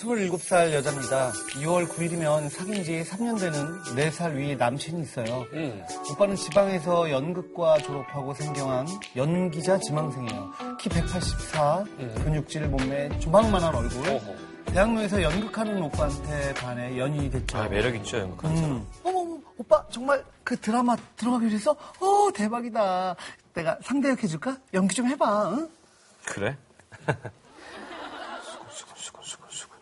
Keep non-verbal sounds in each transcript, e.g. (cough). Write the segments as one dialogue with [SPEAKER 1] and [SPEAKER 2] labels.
[SPEAKER 1] 27살 여자입니다. 2월 9일이면 사귄 지 3년 되는 4살 위 남친이 있어요. 오빠는 지방에서 연극과 졸업하고 생경한 연기자 지망생이에요. 키 184, 근육질 몸매, 조망만한 얼굴. 대학로에서 연극하는 오빠한테 반해 연인이 됐죠.
[SPEAKER 2] 아, 매력있죠, 연극한 사람.
[SPEAKER 1] 음. 어머, 어머, 오빠 정말 그 드라마 들어가기로 했어? 어, 대박이다. 내가 상대 역 해줄까? 연기 좀 해봐. 응?
[SPEAKER 2] 그래? 수근, 수근, 수근, 수근.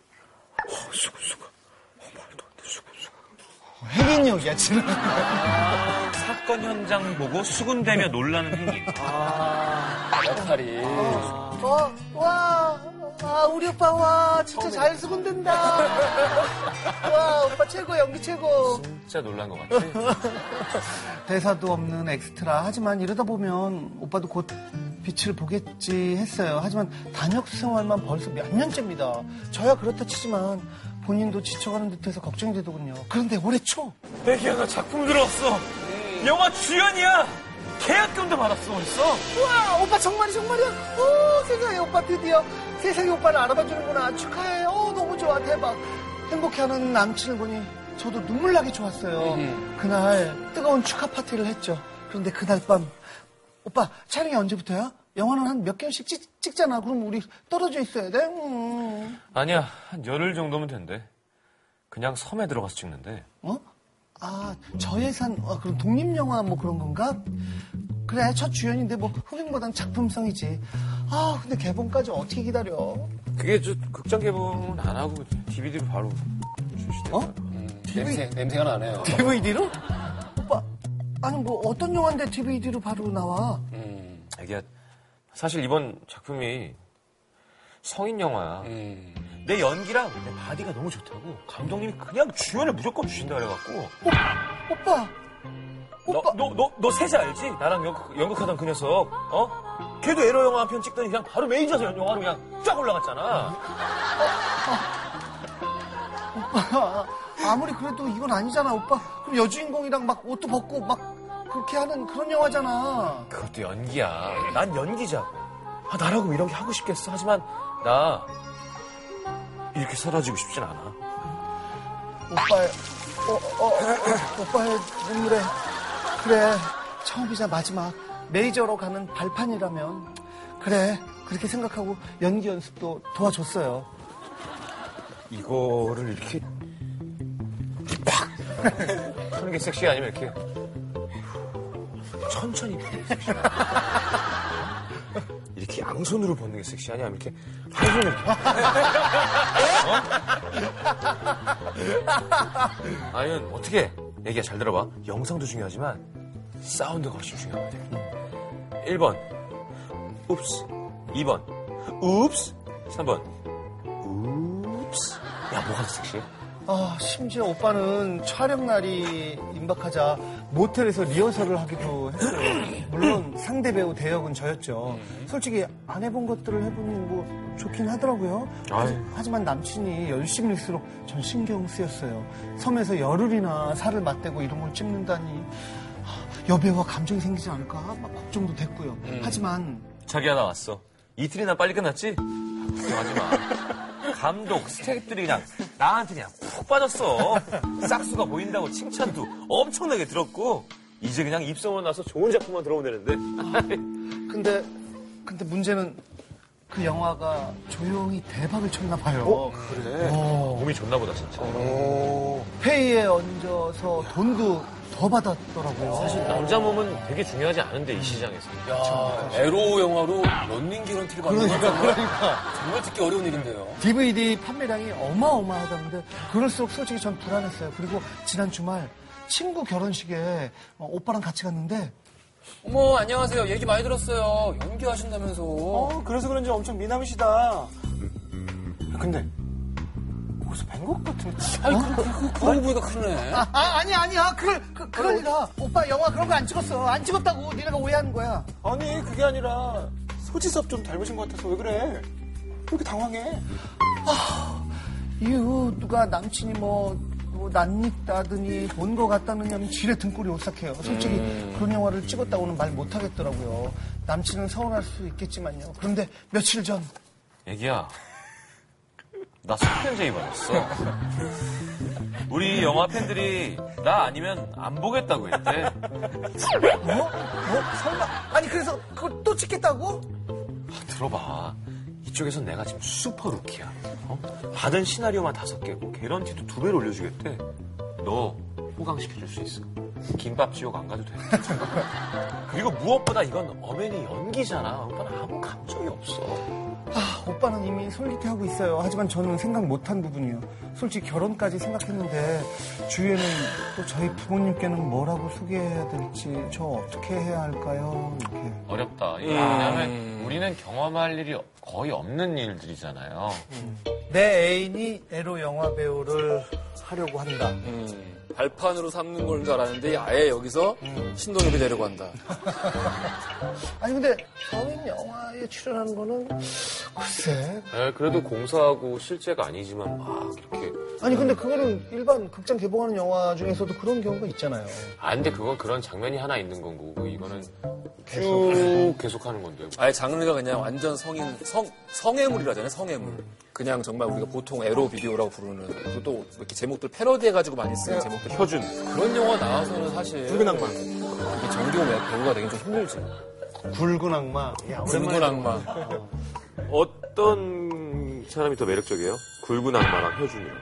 [SPEAKER 2] 어, 수근, 수근. 어, 말도 안 돼, 수근, 수근.
[SPEAKER 1] 흑인 어, 역이야, 지금.
[SPEAKER 2] 사건 현장 보고 수군대며 놀라는 (laughs) 행위. 아,
[SPEAKER 3] 역할이.
[SPEAKER 1] 어, 와, 아, 우리 오빠, 와, 진짜 잘 수군된다. 와, 오빠 최고, 연기 최고.
[SPEAKER 2] 진짜 놀란 것 같아.
[SPEAKER 1] 대사도 없는 엑스트라. 하지만 이러다 보면 오빠도 곧 빛을 보겠지 했어요. 하지만 단역 생활만 벌써 몇 년째입니다. 저야 그렇다 치지만 본인도 지쳐가는 듯해서 걱정이 되더군요. 그런데 올해 초.
[SPEAKER 2] 애기야, 나 작품 들어왔어. 영화 주연이야. 계약금도 받았어, 벌써.
[SPEAKER 1] 우와, 오빠 정말이 정말이야. 오, 세상에 오빠 드디어 세상에 오빠를 알아봐주는구나. 축하해. 어, 너무 좋아. 대박. 행복해하는 남친을 보니 저도 눈물 나게 좋았어요. 그날 뜨거운 축하 파티를 했죠. 그런데 그날 밤 오빠 촬영이 언제부터야? 영화는 한 몇 개월씩 찍, 찍잖아. 그럼 우리 떨어져 있어야 돼? 음.
[SPEAKER 2] 아니야, 한 열흘 정도면 된대. 그냥 섬에 들어가서 찍는데.
[SPEAKER 1] 어? 아, 저예산, 아, 그럼 독립영화 뭐 그런 건가? 그래, 첫 주연인데 뭐 흥행보단 작품성이지. 아, 근데 개봉까지 어떻게 기다려?
[SPEAKER 2] 그게 저 극장 개봉은 안 하고 DVD로 바로 출시돼.
[SPEAKER 1] 어?
[SPEAKER 3] 냄새, 냄새가 나네요.
[SPEAKER 1] DVD로? 오빠, 아니 뭐 어떤 영화인데 DVD로 바로 나와?
[SPEAKER 3] 음,
[SPEAKER 2] 애기야, 사실 이번 작품이 성인 영화야.
[SPEAKER 3] 음.
[SPEAKER 2] 내 연기랑 내 바디가 너무 좋다고 감독님이 그냥 주연을 무조건 주신다 그래갖고
[SPEAKER 1] 오빠, 오빠,
[SPEAKER 2] 너 너 너 세자 알지? 나랑 연극, 연극하던 그 녀석 어? 걔도 에러 영화 한 편 찍더니 그냥 바로 메이저에서 연 영화로 그냥 쫙 올라갔잖아
[SPEAKER 1] 오빠. 아무리 그래도 이건 아니잖아, 오빠. 그럼 여주인공이랑 막 옷도 벗고 막 그렇게 하는 그런 영화잖아.
[SPEAKER 2] 그것도 연기야 난 연기자고 아 나라고 이런 게 하고 싶겠어 하지만 나 이렇게 사라지고 싶진 않아
[SPEAKER 1] 오빠의, 어, 어, 어, 오빠의 눈물에. 그래, 처음이자 마지막. 메이저로 가는 발판이라면. 그래, 그렇게 생각하고 연기 연습도 도와줬어요.
[SPEAKER 2] 이거를 이렇게 팍 (laughs) 하는 게 섹시 아니면 이렇게 천천히 보는 게 섹시 (laughs) 이렇게 양손으로 보는 게 섹시 아니면 이렇게 한 손으로 이렇게. 어? 아니면 어떻게 얘기야 잘 들어봐 영상도 중요하지만 사운드가 훨씬 중요하거든 1번 읍스 2번 읍스 3번 읍스 야 뭐가 더 섹시해?
[SPEAKER 1] 아, 심지어 오빠는 촬영 날이 임박하자 모텔에서 리허설을 하기도 했어요. 물론 상대 배우 대역은 저였죠. 솔직히 안 해본 것들을 해보니 뭐 좋긴 하더라고요.
[SPEAKER 2] 아유.
[SPEAKER 1] 하지만 남친이 열심일수록 전 신경 쓰였어요. 섬에서 열흘이나 살을 맞대고 이런 걸 찍는다니 아, 여배우와 감정이 생기지 않을까 막 걱정도 됐고요. 하지만
[SPEAKER 2] 자기야 나 왔어. 이틀이나 빨리 끝났지? 걱정하지 마. 감독, 스태프들이 그냥 나한테 그냥 푹 빠졌어. 싹수가 보인다고 칭찬도 엄청나게 들었고 이제 그냥 입소문 나서 좋은 작품만 들어오면 되는데.
[SPEAKER 1] 근데 근데 문제는 그 영화가 조용히 대박을 쳤나 봐요.
[SPEAKER 2] 그래. 몸이 좋나 보다 진짜.
[SPEAKER 3] 오.
[SPEAKER 1] 회의에 얹어서 돈도 더 받았더라고요.
[SPEAKER 2] 사실 남자 몸은 되게 중요하지 않은데 이 시장에서.
[SPEAKER 3] 야, 에로 영화로 런닝 개런티를 받는 거
[SPEAKER 1] 그러니까,
[SPEAKER 3] 정말,
[SPEAKER 1] 그러니까.
[SPEAKER 3] 정말 듣기 어려운 일인데요.
[SPEAKER 1] DVD 판매량이 어마어마하다는데 그럴수록 솔직히 전 불안했어요. 그리고 지난 주말 친구 결혼식에 어, 오빠랑 같이 갔는데
[SPEAKER 3] 어머, 안녕하세요. 얘기 많이 들었어요. 연기하신다면서.
[SPEAKER 4] 어, 그래서 그런지 엄청 미남이시다. 아, 근데 거기서 뵌것 같은데.
[SPEAKER 3] 아니, 그, 그, 그, 그러고 보니까 크네.
[SPEAKER 1] 아, 아, 아니 아니야 그, 그,
[SPEAKER 4] 어,
[SPEAKER 1] 그럴 리가 오빠 영화 그런 거 안 찍었어 안 찍었다고 니네가 오해하는 거야
[SPEAKER 4] 아니 그게 아니라 소지섭 좀 닮으신 것 같아서 왜 그래? 왜 이렇게 당황해?
[SPEAKER 1] 이후 누가 남친이 뭐, 뭐 낯익다더니 본 거 같다느냐 하면 지레 등골이 오싹해요. 솔직히 그런 영화를 찍었다고는 말 못하겠더라고요. 남친은 서운할 수 있겠지만요. 그런데 며칠 전
[SPEAKER 2] 애기야. 나 속편제이 받았어. 우리 영화 팬들이 나 아니면 안 보겠다고 했대.
[SPEAKER 1] 어? 어? 설마? 아니 그래서 그걸 또 찍겠다고?
[SPEAKER 2] 들어봐. 이쪽에선 내가 지금 슈퍼 루키야. 어? 받은 시나리오만 다섯 개고 개런티도 두 배로 올려주겠대. 너 호강시켜줄 수 있어. 김밥 지옥 안 가도 돼. (laughs) 그리고 무엇보다 이건 엄연히 연기잖아. 오빠는 아무 감정이 없어.
[SPEAKER 1] 아, 오빠는 이미 솔깃해하고 있어요. 하지만 저는 생각 못한 부분이요. 솔직히 결혼까지 생각했는데 주위에는 또 저희 부모님께는 뭐라고 소개해야 될지 저 어떻게 해야 할까요? 이렇게.
[SPEAKER 5] 어렵다.
[SPEAKER 3] 음.
[SPEAKER 5] 이게 왜냐면 우리는 경험할 일이 거의 없는 일들이잖아요.
[SPEAKER 3] 음.
[SPEAKER 1] 내 애인이 에로 영화 배우를 하려고 한다.
[SPEAKER 3] 음, 발판으로 삼는 걸 줄 알았는데 아예 여기서 신동엽이 되려고 한다.
[SPEAKER 1] 아니 근데 성인 영화에 출연하는 거는 글쎄.
[SPEAKER 2] 그래도 공사하고 실제가 아니지만 막 이렇게.
[SPEAKER 1] 아니 근데 그거는 일반 극장 개봉하는 영화 중에서도 그런 경우가 있잖아요.
[SPEAKER 5] 아, 근데 그건 그런 장면이 하나 있는 건 거고, 이거는 쭉 계속하는 건데.
[SPEAKER 3] 아예 장르가 그냥 완전 성인 성 성애물이라잖아요. 성애물. 그냥 정말 우리가 보통 에로 비디오라고 부르는 그리고 또뭐 이렇게 제목들 패러디해가지고 많이 쓰는 제목들 표준 그런 영화 나와서는 사실
[SPEAKER 4] 붉은 악마.
[SPEAKER 3] 이게 정규 배우가 되긴 좀 힘들지.
[SPEAKER 1] 굵은 악마. 야,
[SPEAKER 3] 붉은 악마.
[SPEAKER 2] 어떤 사람이 더 매력적이에요? 굵은 악마랑 (laughs) 혀준이요.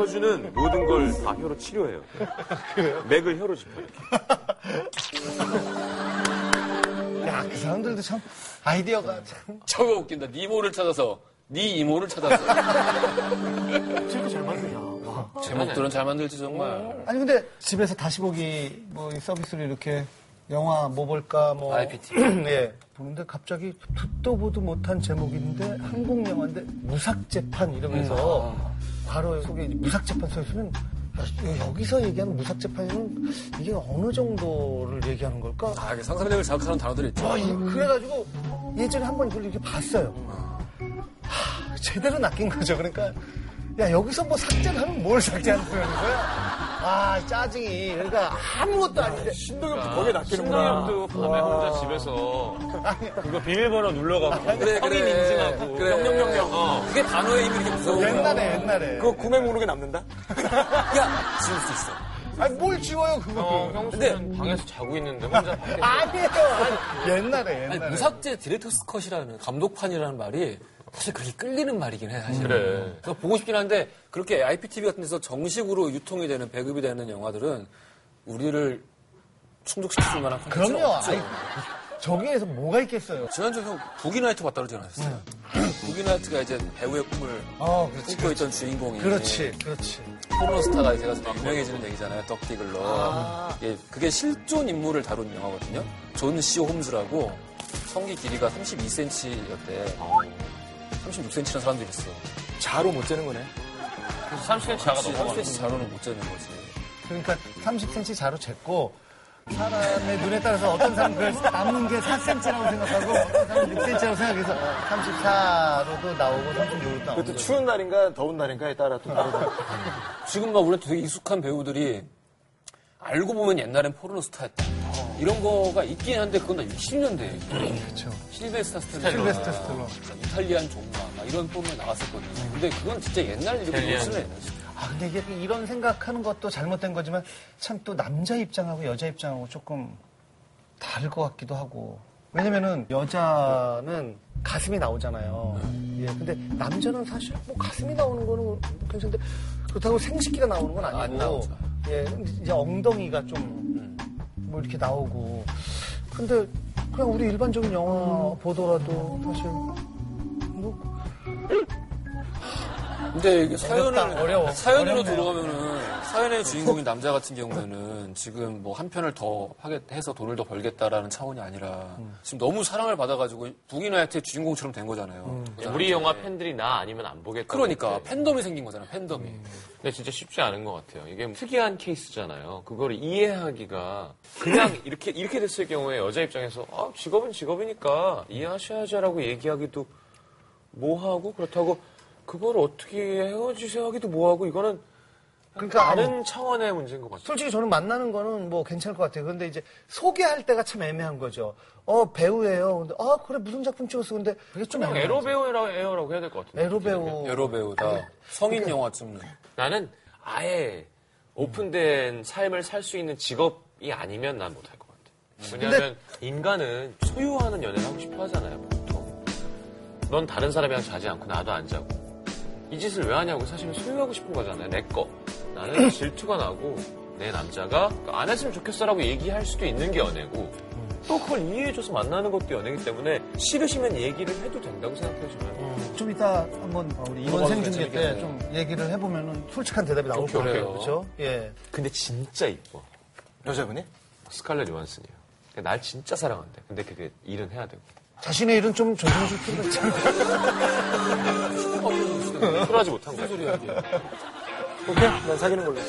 [SPEAKER 2] 혀준은 모든 걸 다 혀로 치료해요. 맥을 혀로 짚어요.
[SPEAKER 1] 야, 그 사람들도 참 아이디어가 참.
[SPEAKER 3] 저거 웃긴다. 니모를 찾아서 니 이모를 찾아서
[SPEAKER 4] 진짜 잘 만드냐.
[SPEAKER 1] 어.
[SPEAKER 5] 네.
[SPEAKER 3] 제목들은 잘 만들지 정말.
[SPEAKER 1] 음. 아니 근데 집에서 다시 보기 뭐이 서비스로 이렇게 영화 뭐 볼까 뭐
[SPEAKER 5] IPT.
[SPEAKER 1] (clears throat) 예 보는데 갑자기 듣도 보도 못한 제목인데 한국 영화인데 무삭 재판 이러면서 바로 속에 무삭 재판 써 있으면 야, 여기서 얘기하는 무삭 재판이면 이게 어느 정도를 얘기하는 걸까?
[SPEAKER 3] 아, 이게 상상력을 자극하는 단어들이 있죠.
[SPEAKER 1] 어, 예. 그래가지고 예전에 한 번 그걸 이렇게 봤어요. 하, 제대로 낚인 거죠. 그러니까 야 여기서 뭐 삭제하면 뭘 삭제하는 거야? 아 짜증이. 그러니까 아무것도 아닌데.
[SPEAKER 4] 신동엽도 거기에 낚이는구나.
[SPEAKER 5] 신동엽도 밤에 혼자 집에서 그거 비밀번호 눌러가고
[SPEAKER 3] 그래,
[SPEAKER 5] 성인
[SPEAKER 3] 그래.
[SPEAKER 5] 인증하고
[SPEAKER 3] 그래.
[SPEAKER 5] 명령명령. 네. 어.
[SPEAKER 3] 그게 단어의 힘이 이렇게 무서운 거야.
[SPEAKER 1] 옛날에 옛날에.
[SPEAKER 4] 그거 구매 목록에 남는다?
[SPEAKER 3] 야, 지울 수 있어.
[SPEAKER 1] 아니 뭘 지워요 그거?
[SPEAKER 5] 어, 형수는 방에서 자고 있는데 혼자 밖에
[SPEAKER 1] 아니에요. 아니, 옛날에
[SPEAKER 3] 아니,
[SPEAKER 1] 옛날에.
[SPEAKER 3] 무삭제 디렉터스 컷이라는 감독판이라는 말이 사실 그렇게 끌리는 말이긴 해, 사실은.
[SPEAKER 5] 그래.
[SPEAKER 3] 서 보고 싶긴 한데 그렇게 IPTV 같은 데서 정식으로 유통이 되는 배급이 되는 영화들은 우리를 충족시킬 만한 콘텐츠가
[SPEAKER 1] 그럼요.
[SPEAKER 3] 없죠.
[SPEAKER 1] 아니, 저기에서 뭐가 있겠어요?
[SPEAKER 3] 지난주에 형 북이나이트 봤다고 전화했어요.
[SPEAKER 5] 네.
[SPEAKER 3] (clears throat) 북이나이트가 이제 배우의 꿈을
[SPEAKER 1] 어 그렇지.
[SPEAKER 3] 꿈꿔 있던 주인공이
[SPEAKER 1] 그렇지, 그렇지.
[SPEAKER 3] 포르노스타가 제가 유명해지는 얘기잖아요. 덕디글러. 예, 그게 실존 인물을 다룬 영화거든요. 존 시 홈즈라고 성기 길이가 32cm였대. 36cm라는 사람도 있어.
[SPEAKER 4] 자로 못 재는 거네.
[SPEAKER 5] 30cm 자가 넘어가.
[SPEAKER 3] 30cm 자로는 못 재는 거지.
[SPEAKER 1] 그러니까 30cm 자로 쟀고 사람의 눈에 따라서 어떤 사람은 그걸 남는 게 4cm라고 생각하고 어떤 사람은 6cm라고 생각해서 34로도 나오고 36로도 나오고
[SPEAKER 4] 그것도 추운 날인가 더운 날인가에 따라 또 다르다.
[SPEAKER 3] 지금 막 우리한테 되게 익숙한 배우들이 알고 보면 옛날엔 포르노스타였다. 이런 거가 있긴 한데 그건 다 60년대.
[SPEAKER 1] 그렇죠.
[SPEAKER 3] 실베스타 스텔라.
[SPEAKER 1] 실베스터 스텔론.
[SPEAKER 3] 이탈리안 종마. 막 이런 포르노에
[SPEAKER 1] 음.
[SPEAKER 3] 나왔었거든요. 근데 그건 진짜 옛날 일이고 요즘은 옛날 일이지.
[SPEAKER 1] 아 근데 이게 이런 생각하는 것도 잘못된 거지만 참 또 남자 입장하고 여자 입장하고 조금 다를 것 같기도 하고 왜냐면은 여자는 가슴이 나오잖아요.
[SPEAKER 3] 음.
[SPEAKER 1] 예, 근데 남자는 사실 뭐 가슴이 나오는 거는 괜찮은데 그렇다고 생식기가 나오는 건 아니고
[SPEAKER 3] 안 나오죠. 음.
[SPEAKER 1] 예, 이제 엉덩이가 좀 뭐 이렇게 나오고 근데 그냥 우리 일반적인 영화 보더라도 사실 뭐
[SPEAKER 3] 근데 이게 사연을
[SPEAKER 1] 어렵다, 어려워.
[SPEAKER 3] 사연으로
[SPEAKER 1] 어렵네요.
[SPEAKER 3] 들어가면은 사연의 주인공인 남자 같은 경우에는 지금 뭐 한 편을 더 하게 해서 돈을 더 벌겠다라는 차원이 아니라
[SPEAKER 1] 음.
[SPEAKER 3] 지금 너무 사랑을 받아가지고 북이나이트의 주인공처럼 된 거잖아요.
[SPEAKER 1] 음.
[SPEAKER 3] 그잖아요.
[SPEAKER 5] 우리 영화 팬들이 나 아니면 안 보겠다.
[SPEAKER 3] 그러니까 팬덤이 생긴 거잖아. 요 팬덤이.
[SPEAKER 1] 음.
[SPEAKER 5] 근데 진짜 쉽지 않은 것 같아요. 이게 특이한 케이스잖아요. 그걸 이해하기가 그냥 (laughs) 이렇게 이렇게 됐을 경우에 여자 입장에서 아, 직업은 직업이니까 이해하셔야죠라고 얘기하기도 뭐하고 그렇다고 그걸 어떻게 헤어지세요 하기도 뭐하고 이거는
[SPEAKER 1] 그러니까
[SPEAKER 2] 다른 차원의 문제인 것 같아요.
[SPEAKER 1] 솔직히 저는 만나는 거는 뭐 괜찮을 것 같아요. 근데 이제 소개할 때가 참 애매한 거죠. 어, 배우예요. 근데, 아, 그래, 무슨 작품 찍었어. 근데 그게 좀
[SPEAKER 2] 그냥
[SPEAKER 1] 애매하죠.
[SPEAKER 2] 에로 배우라고 에어라고 해야 될 것 같은데.
[SPEAKER 1] 음. 에로 배우.
[SPEAKER 3] 여러 배우다
[SPEAKER 1] 그러니까.
[SPEAKER 3] 성인 영화 찍는
[SPEAKER 2] 나는 아예 오픈된 삶을 살 수 있는 직업이 아니면 난 못할 것 같아. 왜냐하면 인간은 소유하는 연애를 하고 싶어 하잖아요, 보통. 넌 다른 사람이랑 자지 않고 나도 안 자고. 이 짓을 왜 하냐고 사실은 소유하고 싶은 거잖아요, 내 거. 나는 질투가 나고 내 남자가 안 했으면 좋겠어라고 얘기할 수도 있는 게 연애고 또 그걸 이해해줘서 만나는 것도 연애기 때문에 싫으시면 얘기를 해도 된다고 생각해요, 저는.
[SPEAKER 1] 좀 이따 한번 우리 이원생 중계 때 좀 얘기를 해보면은 솔직한 대답이 나올 것 같아요.
[SPEAKER 2] 그래요.
[SPEAKER 1] 그렇죠? 예.
[SPEAKER 2] 근데 진짜 이뻐.
[SPEAKER 6] 여자분이?
[SPEAKER 2] 스칼렛 요한슨이요. 그날 진짜 사랑한대. 근데 그게 일은 해야 되고.
[SPEAKER 1] 자신의 일은 좀 조심스럽게 필요가 있잖아요.
[SPEAKER 2] 풀어하지 못한 거야.
[SPEAKER 6] 오케이, 난 사귀는 걸로.